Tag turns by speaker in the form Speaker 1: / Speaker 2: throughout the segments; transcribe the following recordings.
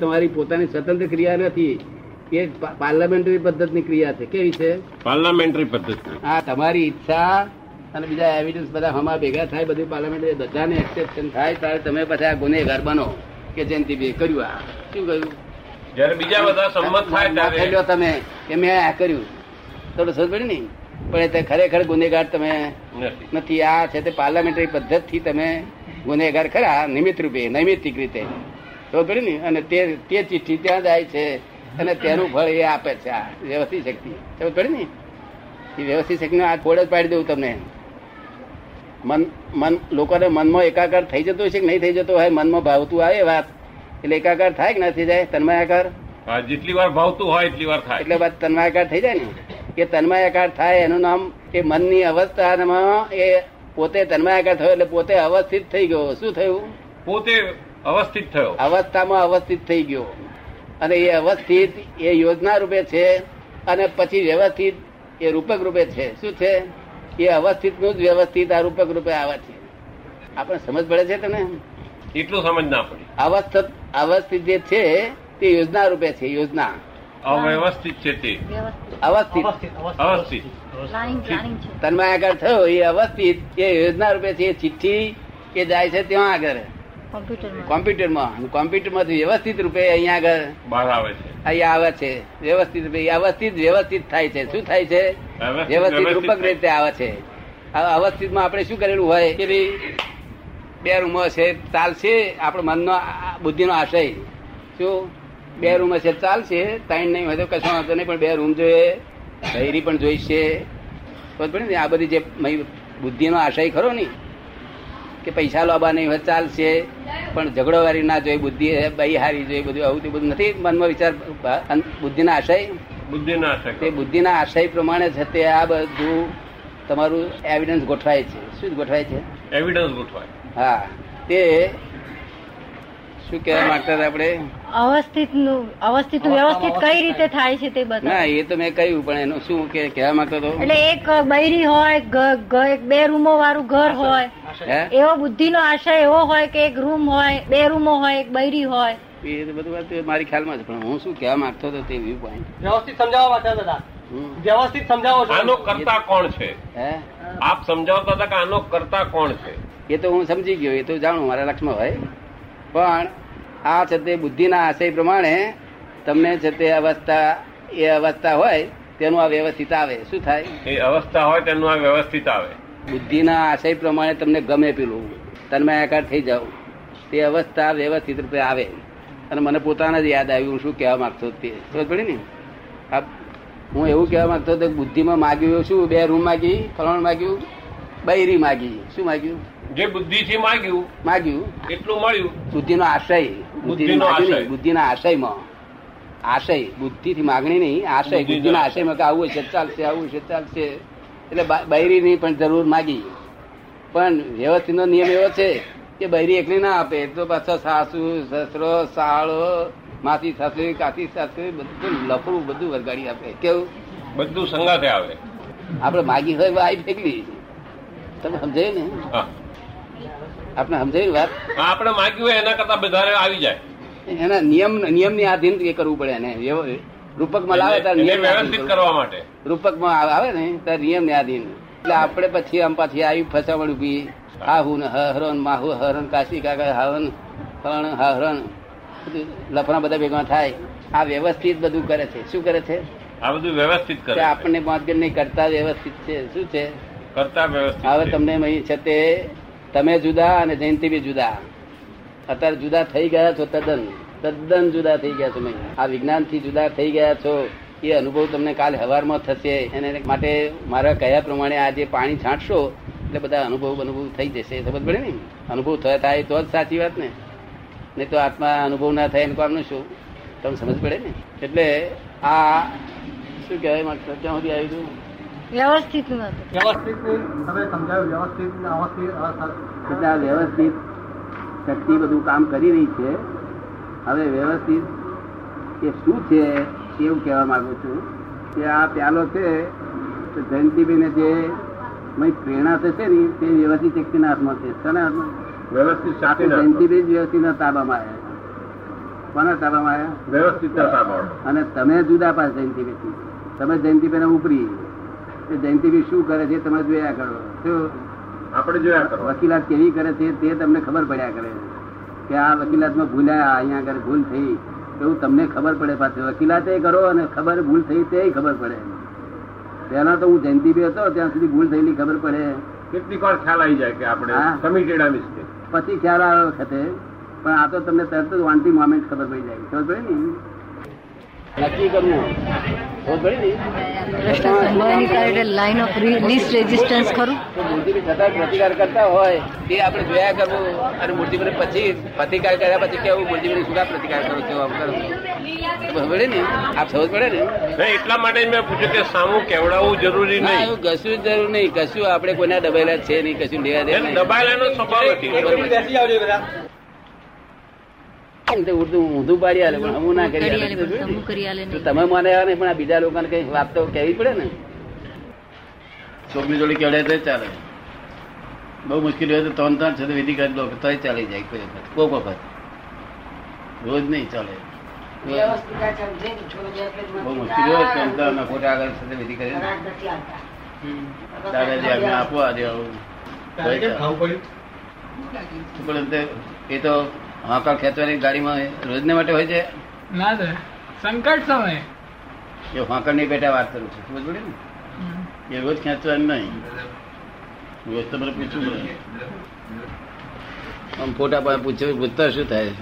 Speaker 1: તમારી પોતાની સ્વતંત્ર ક્રિયા નથી એ પાર્લામેન્ટરી પદ્ધતિની ક્રિયા છે કેવી છે
Speaker 2: પાર્લામેન્ટરી પદ્ધતિ
Speaker 1: આ તમારી ઈચ્છા અને બીજા એવિડન્સ બધા હમા ભેગા થાય બધી પાર્લામેન્ટ બધાને એક્સેપ્શન થાય ત્યારે તમે પછી આ ગુનેગાર બનો કે જયંતિભાઈ કર્યું આ શું કર્યું
Speaker 2: જયારે બીજા બધા સંમત થાય
Speaker 1: ના
Speaker 2: ત્યારે
Speaker 1: ફેલ્યો તમે કે મેં આ કર્યું થોડું સમજ પડી ને પણ એ તે ખરેખર ગુનેગાર તમે
Speaker 2: નથી
Speaker 1: નથી આ છે તે પાર્લામેન્ટરી પદ્ધતિથી તમે ગુનેગાર ખરા નિમિત્ત રૂપે નૈમિત્તિક રીતે ખબર પડી ને અને તે તે ચિઠ્ઠી ત્યાં જાય છે અને તેનું ફળ એ આપે છે આ વ્યવસ્થિત શક્તિ ખબર પડી ને એ વ્યવસ્થિત શક્તિને આ થોડ જ પાડી દઉં તમને મન મન લોકોને મનમાં એકાકાર થઈ જતો હોય છે કે નહીં થઈ જતો હોય મનમાં ભાવતું આવે વાત એટલે એકાકાર થાય કે ના થઈ જાય તન્માયાકાર
Speaker 2: હા, જેટલી વાર ભાવતું હોય એટલી વાર થાય
Speaker 1: એટલે બાદ તન્માયાકાર થઈ જાય ને એ તન્માયાકાર થાય એનું નામ એ મનની અવસ્થામાં એ પોતે તન્માયાકાર થયો એટલે પોતે અવસ્થિત થઈ ગયો શું થયું
Speaker 2: પોતે અવસ્થિત થયો
Speaker 1: અવસ્થામાં અવસ્થિત થઈ ગયો અને એ અવસ્થિત એ યોજના રૂપે છે અને પછી વ્યવસ્થિત એ રૂપક રૂપે છે શું છે એ અવસ્થિતનું જ વ્યવસ્થિત આ રૂપક રૂપે આવે છે આપણે સમજ પડે છે તમને
Speaker 2: એટલું સમજ ના પડી
Speaker 1: અવસ્થિત અવસ્થિત જે છે તે યોજના રૂપે છે યોજના
Speaker 2: અવ્યવસ્થિત છે તે
Speaker 3: વ્યવસ્થિત
Speaker 1: અવસ્થિત
Speaker 2: અવસ્થિત
Speaker 3: પ્લાનિંગ પ્લાનિંગ છે
Speaker 1: તન્મય આગળ થયો એ અવસ્થિત એ યોજના રૂપે છે એ ચિઠ્ઠી એ જાય છે ત્યાં આગળ
Speaker 3: કોમ્પ્યુટરમાં
Speaker 1: કોમ્પ્યુટરમાં અને કોમ્પ્યુટરમાંથી વ્યવસ્થિત રૂપે અહીંયા આગળ
Speaker 2: બહાર આવે છે
Speaker 1: અહીંયા આવે છે વ્યવસ્થિત રૂપે એ અવસ્થિત વ્યવસ્થિત થાય છે શું થાય છે
Speaker 2: અવસ્થિત
Speaker 1: વ્યવસ્થિત
Speaker 2: વ્યવસ્થિત
Speaker 1: રૂપક
Speaker 2: થાય.
Speaker 1: રીતે આવે છે આ અવસ્થિતમાં આપણે શું કરેલું હોય કે ભઈ બે રૂમો છે ચાલશે આપણો મનનો આ- બુદ્ધિનો આશય શું બે રૂમ છે ચાલશે ત્રણ નહીં હોય તો કશો વાંધો નહીં પણ બે રૂમ જોઈએ ધૈરી પણ જોઈશે ખબર પડી ને આ બધી જે મય- બુદ્ધિનો આશય ખરો ને કે પૈસા લાવવા નહીં હોય ચાલશે પણ ઝઘડો વારી ના જોઈએ બુદ્ધિ બહી હારી જોઈએ બધું આવું તે બધું નથી મનમાં વિચાર અન- બુદ્ધિના આશય
Speaker 2: બુદ્ધિ ના શકે
Speaker 1: તે બુદ્ધિના આશય પ્રમાણે છે તે આ બધું તમારું એવિડન્સ ગોઠવાય છે શું ગોઠવાય છે
Speaker 2: એવિડન્સ ગોઠવાય
Speaker 1: હા તે શું કહેવા માંગતા હતા આપણે
Speaker 3: અવસ્થિતનું અવસ્થિતનું વ્યવસ્થિત કઈ રીતે થાય છે તે
Speaker 1: ના
Speaker 3: બધા
Speaker 1: એ તો મેં કહ્યું પણ એનું શું કે કહેવા માંગતો હતો
Speaker 3: એટલે એક બૈરી હોય ઘ- ઘ- એક બે રૂમો વાળું ઘર હોય
Speaker 1: હે
Speaker 3: એવો બુદ્ધિનો આશય એવો હોય કે એક રૂમ હોય બે રૂમો હોય એક બૈરી હોય
Speaker 1: એ તો બધું વાત મારી ખ્યાલમાં છે પણ હું શું કહેવા માંગતો હતો તે વ્યૂ પોઈન્ટ
Speaker 4: વ્યવસ્થિત સમજાવવા માંગતા હતા વ્યવસ્થિત સમજાવો છો
Speaker 2: આનો કરતા કોણ છે
Speaker 1: હે
Speaker 2: આપ સમજાવતા હતા કે આનો કરતા કોણ છે
Speaker 1: એ તો હું સમજી ગયો એ તો જાણું મારા લક્ષમાં હોય પણ આ છે તે બુદ્ધિના આશય પ્રમાણે તમને છે તે અવસ્થા એ અવસ્થા હોય તેનું આ વ્યવસ્થિત આવે શું થાય
Speaker 2: એ અવસ્થા હોય તેનું આ વ્યવસ્થિત આવે
Speaker 1: બુદ્ધિના આશય પ્રમાણે તમને ગમે પેલું તન્માયાકાર થઈ જાવ તે અવસ્થા વ્યવસ્થિત રૂપે આવે અને મને પોતાને જ યાદ આવ્યું હું શું કહેવા માંગતો હતો તે ખબર પડી ને આ હું એવું કહેવા માંગતો હતો કે બુદ્ધિમાં માગ્યું શું બે રૂમ માગી ફલાણ માગ્યું બૈરી માગી શું માગ્યું
Speaker 2: જે બુદ્ધિથી માગ્યું
Speaker 1: માગ્યું
Speaker 2: એટલું મળ્યું
Speaker 1: બુદ્ધિનો આશય
Speaker 2: બુદ્ધિનો
Speaker 1: માગ્યું નહીં,
Speaker 2: આશય.
Speaker 1: બુદ્ધિના આશયમાં આશય બુદ્ધિથી માગણી નહીં આશય
Speaker 2: બુદ્ધિના
Speaker 1: બુદ્ધિના
Speaker 2: આશય.
Speaker 1: આશયમાં કે આવું હશે તો ચાલશે આવું હશે તો ચાલશે એટલે બા- બૈરીની પણ જરૂર માગી પણ વ્યવસ્થિતનો નિયમ એવો છે કે બૈરી એકલી ના આપે તો પાછો સાસુ સસરો સાળો માસી સાસુ કાકી સાસુ બધું લફડું બધું વરગાડી આપે કેવું
Speaker 2: બધું સંગાથે આવે
Speaker 1: આપણે માગી હોય વાઈ ફેંકલી તમે સમજાયું ને
Speaker 2: હા.
Speaker 1: આપણે સમજાયું વાત
Speaker 2: આપણે માગ્યું હોય એના કરતા વધારે આવી જાય
Speaker 1: એના નિયમ નિયમની આધીન એ કરવું પડે એને વ્યવ- રૂપકમાં લાવે ત્યારે
Speaker 2: એને
Speaker 1: નિયમ
Speaker 2: વ્યવસ્થિત કરવા માટે
Speaker 1: રૂપકમાં આવે- આવે ને ત્યારે નિયમ ને આધીન એટલે આપણે પછી આમ પાછી આવી ફસાવડ ઉભી હા હું ને હરણ માહુ હરણ કાશી કાકા હરણ ફરણ હરણ બધું લફણા બધા ભેગા થાય આ વ્યવસ્થિત બધું કરે છે શું કરે છે
Speaker 2: આ બધું વ્યવસ્થિત કરે
Speaker 1: કે
Speaker 2: છે.
Speaker 1: આપણને પાંચ ગણ નહીં કરતા વ્યવસ્થિત છે શું છે
Speaker 2: કરતા વ્યવસ્થિત
Speaker 1: હવે
Speaker 2: છે.
Speaker 1: તમને અહીં છે તે તમે જુદા અને જયંતિ બી જુદા અત્યારે જુદા થઈ ગયા છો તદ્દન તદ્દન જુદા થઈ ગયા છો મહી. આ વિજ્ઞાન થી જુદા થઈ ગયા છો એ અનુભવ તમને કાલ હવારમાં થશે એને માટે મારા કયા પ્રમાણે આ જે પાણી છાંટશો એટલે બધા અનુભવ અનુભવ થઈ જશે ખબર પડે ને અનુભવ થયા થાય તો જ સાચી વાત ને નહીં તો આત્મા અનુભવ ના થાય એનું કામનું શું તમને સમજ પડે ને એટલે આ શું કહેવાય મારે ક્યાં સુધી આવી ગયું
Speaker 3: વ્યવસ્થિત નું હતું
Speaker 4: વ્યવસ્થિત તમે સમજાવ્યું વ્યવસ્થિત ને અવસ્થિત અવસ્થિત.
Speaker 1: એટલે આ વ્યવસ્થિત શક્તિ બધું કામ કરી રહી છે હવે વ્યવસ્થિત એ શું છે એવું કહેવા માંગુ છું કે આ પ્યાલો છે તો જયંતિભાઈને જે મય પ્રેરણા થશે ને તે વ્યવસ્થિત શક્તિના હાથમાં છે શાના હાથમાં
Speaker 2: વ્યવસ્થિત
Speaker 1: આખું
Speaker 2: સાથે રાખો.
Speaker 1: જયંતિભાઈ જ વ્યવસ્થિતના તાબામાં આવ્યા કોને તાબામાં આવ્યા
Speaker 2: વ્યવસ્થિત કરતા આવડો
Speaker 1: અને તમે જુદા પાસ જયંતિભાઈ તમે જયંતિભાઈ ને ઉપરી એ જયંતિભાઈ શું કરે છે તમે જોયા કરો શું
Speaker 2: આપણે જોયા કરો
Speaker 1: વકીલાત કેવી કરે છે તે તમને ખબર પડ્યા કરે કે આ વકીલાતમાં ભૂલ્યા અહીંયા આગળ ભૂલ થઈ એવું તમને ખબર પડે પાછું વકીલાતે કરો અને ખબર ભૂલ થઈ તે ખબર પડે પહેલા તો હું જયંતિભાઈ હતો ત્યાં સુધી ભૂલ થયેલી ખબર પડે
Speaker 2: કેટલીક વાર ખ્યાલ આવી જાય કે આપણે
Speaker 1: હા.
Speaker 2: કમિટેડ આ મિસ્ટેક
Speaker 1: પછી ખ્યાલ આવ્યો વખતે પણ આ તો તમને તરત જ વાંટી મોમેન્ટ ખબર પડી જાય ખબર પડી ને નક્કી કરવું ખબર પડી
Speaker 3: લાઈન ઓફ લીસ્ટ રેઝિસ્ટન્સ ખરું
Speaker 1: તો મૂર્તિની છતાં પ્રતિકાર કરતા હોય તે આપણે જોયા કરવું અને મૂર્તિભાઈ પછી પ્રતિકાર કર્યા પછી કેવું મૂર્તિભાઈ શું કામ પ્રતિકાર કરો છો આમ કરો તો ખબર પડે ને આપ સમજ પડે ને
Speaker 2: નહીં એટલા માટે જ મેં પૂછ્યું કે સામું કેવડાવવું જરૂરી
Speaker 1: ના,
Speaker 2: નહીં
Speaker 1: એવું કશું જ જરૂર નહીં કશું આપણે કોઈના દબાયેલા જ છે નહીં કશું લેવા દે
Speaker 2: એને દબાયેલાનો સ્વભાવ નથી
Speaker 1: ઉર્દુ ઊંધું પાડી આલે પણ હમું ના કરી આલે.
Speaker 3: હું કરી આલે
Speaker 1: તો
Speaker 3: નહીં
Speaker 1: તમે મને આવે ને પણ આ બીજા લોકોને કઈ વાત તો કહેવી પડે ને છોકરી જોડે કેવડે તો ચાલે બહુ મુશ્કેલી હોય તો ત્રણ ત્રણ છે તો વિધિ કરી દો તોય ચાલી જાય કોઈ વખત કોક વખત રોજ નહીં ચાલે બહુ મુશ્કેલી હોય તો અંદર ના ખોટા આગળ સાથે વિધિ કરી દો. દાદાજી આજ્ઞા આપો આજે આવું તોય ચાલે. પણ તે- એ તો હાંકા ખેંચવાની ગાડીમાં રોજને માટે હોય છે
Speaker 5: ના સર સંકટ સમયે
Speaker 1: એ હાંકડની બેટા વાત કરું છું સમજ પડી ને એ રોજ ખેંચવાનું નહીં રોજ તમારે પૂછવું પડે આમ ફોટા પર પૂછે પૂછતા શું થાય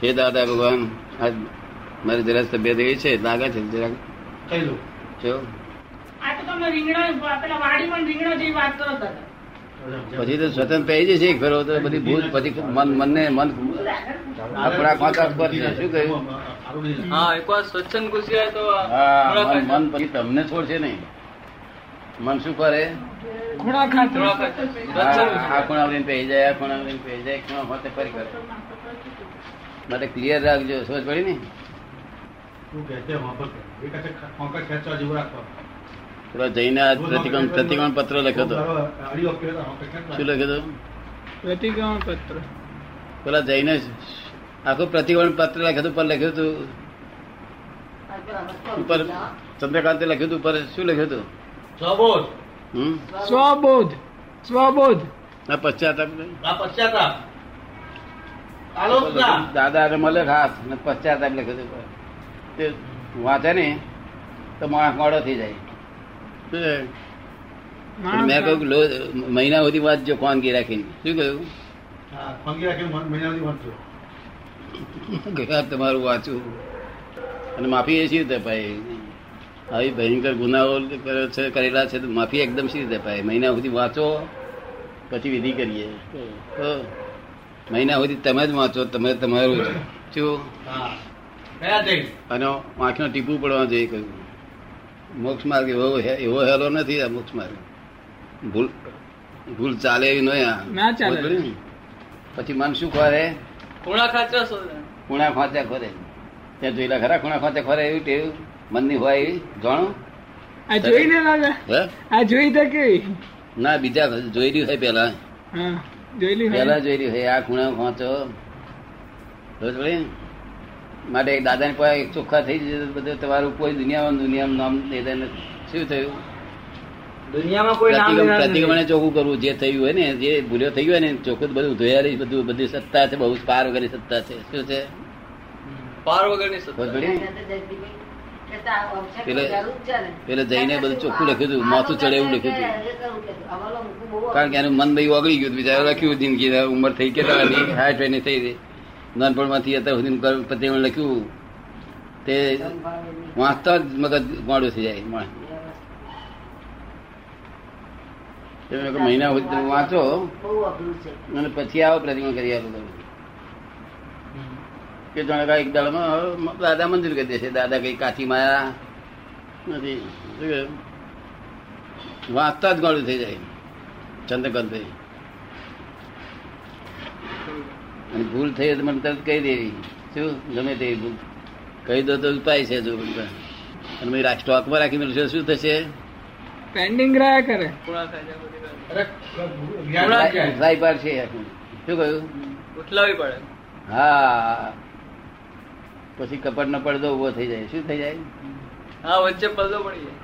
Speaker 1: છે હે દાદા ભગવાન આજ મારી જરા તબિયત એવી છે લાગે છે જરાક જો
Speaker 6: આ તો તમે રીંગણા પેલા વાડીમાં રીંગણા જેવી વાત કરો દાદા
Speaker 1: પછી તો સ્વતંત્ર પડી જશે એક ફેરો તો બધી ભૂલ પછી મન મનને મન આપણા કોંટા પર છે. શું કહ્યું
Speaker 5: હા એકવાર સ્વચ્છંદ ઘૂસ્યા તો
Speaker 1: હા મન મન પછી તમને છોડશે નહીં મન શું કરે
Speaker 5: ખૂણા ખાતરો
Speaker 1: આ આ ખૂણા વળીને પેઈ જાય આ ખૂણા વળીને પેઈ જાય ખૂણા હોતે ફરી કરે માટે ક્લિયર રાખજો સમજ પડી ને પેલા જઈને આ પ્રતિક્રમણ પ્રતિક્રમણ પત્ર લખ્યો હતો શું લખ્યો હતો
Speaker 5: પ્રતિક્રમણ પત્ર
Speaker 1: પેલા જઈને આખું પ્રતિક્રમણ પત્ર લખ્યો હતું પર લખ્યું હતું ઉપર ચંદ્રકાંતે લખ્યું હતું પર શું લખ્યું હતું હમ
Speaker 5: સ્વબોધ સ્વબોધ
Speaker 1: આ પશ્ચાતાપ નહીં?
Speaker 6: આલોચના.
Speaker 1: દાદા અને મળે ખાસ ને પશ્ચાતાપ લખ્યું હતું તે વાંચે ને તો માણસ મોડો થઈ જાય શું છે? પણ મેં કહ્યું કે લો મહિના સુધી વાંચજો ખાનગી રાખીને શું કહ્યું કે આ તમારું વાંચું અને માફી એ શી રીતે અપાય આવી ભયંકર ગુનાઓ કર્યો છે કરેલા છે તો માફી એકદમ શી રીતે અપાય મહિના સુધી વાંચો પછી વિધિ કરીએ તો મહિના સુધી તમે જ વાંચો તમે તમારું શું અને આંખનો ટીપું પડવા જોઈએ કહ્યું મોક્ષ માર્ગ એવો હે- એવો હેલો નથી આ મોક્ષ માર્ગ ભૂલ ભૂલ ચાલે એવી નહીં આ.
Speaker 5: ના ચાલે.
Speaker 1: બરાબર ને? પછી મન શું ખોરે
Speaker 5: ખૂણા ખાતરો
Speaker 1: ખૂણા ખોચે ખોરે ત્યાં જોયેલા ખરા ખૂણા ખોચે ખોરે એવું ટેવ મનની હોય એવી જાણો
Speaker 5: આ જોઈને લાગે
Speaker 1: હે
Speaker 5: આ જોઈ તો કેવી
Speaker 1: ના બીજા જોયેલી હોય પેલા
Speaker 5: હા જોયેલી
Speaker 1: પેલા
Speaker 5: હોય
Speaker 1: જોયેલી હોય આ ખૂણા ખોચો રોજ વળી માટે એક દાદાની પાસે એક ચોખ્ખા થઈ જશે તો બધું તમારું કોઈ દુનિયામાં દુનિયામાં નામ લેતા નથી શું થયું
Speaker 5: દુનિયામાં
Speaker 1: પ્રતિક્રમણ પ્રતિક્રમણે ચોખ્ખું કરવું જે થયું હોય ને જે ભૂલ્યો થઈ હોય ને ચોખ્ખું બધું ધોયાલી બધું બધી સત્તા છે બહુ પાર વગરની સત્તા છે શું છે
Speaker 5: પાર વગરની
Speaker 1: ખબર પડી? પેલે જઈને બધું ચોખ્ખું લખ્યું હતું માથું ચડે એવું લખ્યું હતું કારણ કે એનું મન ભાઈ ઓગળી ગયું હતું. બિચારા લખ્યું જિંદગી ના ઉંમર થઈ કેટલા એની? હાઈટ એની થઈ ગઈ નાનપણમાંથી અત્યાર સુધી કર્મ પ્રતિક્રમણ લખ્યું તે વાંચતા જ મગજ ગોળું થઈ જાય માણસ. એટલે મેં કહ્યું, મહિના સુધી તમે વાંચો અને પછી આવો પ્રતિમા કરી આપો તમે કે જાણે કાંઈ એક દાડામાં દાદા મંજૂર કરી દેશે દાદા કઈ કાચી માયા નથી શું કહ્યું? વાંચતા જ ગળું થઈ જાય ચંદ્રકાંત અને ભૂલ થઈ હોય તો મને તરત કહી દેવી શું ગમે તે ભૂલ કહી દો તો ઉપાય છે જો પણ. અને મેં રાખ- સ્ટોકમાં રાખી મેળવશો શું થશે
Speaker 5: પેન્ડિંગ રહ્યા કરે
Speaker 1: ઉઠલાઈ પાડશે શું કહ્યું
Speaker 5: ઉઠલાવી પડે
Speaker 1: હા પછી કપડનો પડદો ઉભો થઈ જાય શું થઈ જાય
Speaker 5: હા વચ્ચે પલ્લો પડી જાય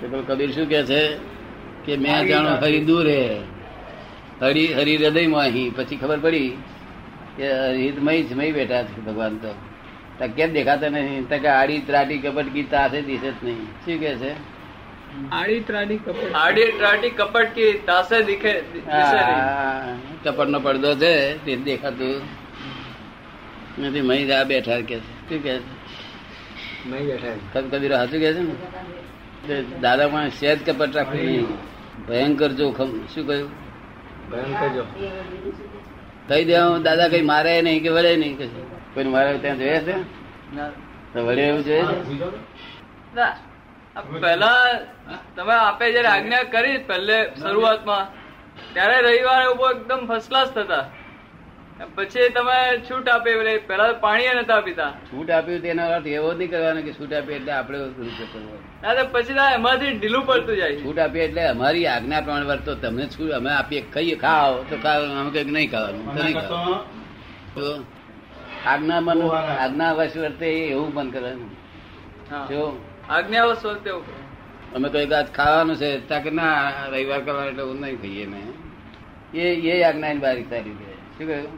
Speaker 1: તો પેલો કબીર શું કે છે કે મેં જાણો હરી દૂર હે હરી હરી હૃદયમાં અહીં પછી ખબર પડી કે હૃદમય જ મય બેઠા છે ભગવાન તો તો કેમ દેખાતા નહીં તો કે આડી ત્રાટી કપટ ગીતા હશે દિશે જ નહીં શું કે છે
Speaker 5: આડી ત્રાડી કપડ
Speaker 7: આડી ત્રાટી કપટ કી તાસે દિખે દિશે નહીં.
Speaker 1: આ કપડનો પડદો છે તે દેખાતું નથી મય જ આ બેઠા કે છે શું કે છે ખબ કબીરો હાચું કે છે ને તે દાદામાં શેજ કપટ રાખવું નહીં ભયંકર જોખમ શું કહ્યું કહી દેવા દાદા કઈ મારે નહીં કે વળે નહીં કશું કોઈ મારે ત્યાં જોયા છે તો વળે એવું જોઈએ છે?
Speaker 7: ના, આ પહેલા તમે આપે જયારે આજ્ઞા કરી પહેલે શરૂઆતમાં ત્યારે રવિવારે ઉભો એકદમ ફર્સ્ટ ક્લાસ થતા પછી તમે છૂટ આપી એટલે પહેલા પાણી નતા પીતા
Speaker 1: છૂટ આપ્યું તેનો અર્થ એવો જ નહીં કરવાનો કે છૂટ આપી એટલે આપણે કૃત્ય કરવું
Speaker 7: ના તો પછી ના એમાંથી ઢીલું પડતું જાય
Speaker 1: છૂટ આપીએ એટલે અમારી આજ્ઞા પ્રમાણે વર્તો તમને છૂટ અમે આપીએ ખાઈએ ખાઓ તો ખાવાનું અમે કંઈક નહીં ખાવાનું તો નહીં ખાવાનું તો આજ્ઞા મન આજ્ઞા વર્ષ વર્તે એવું મન કરવાનું
Speaker 7: હા.
Speaker 1: જો
Speaker 7: આજ્ઞા વસ્તુ તેવું
Speaker 1: અમે કઈક આજ ખાવાનું છે તાકે ના રવિવાર કરવાનું એટલે હું નહીં ખાઈએ ને એ એ આજ્ઞાની બારીક સારી છે શું કહ્યું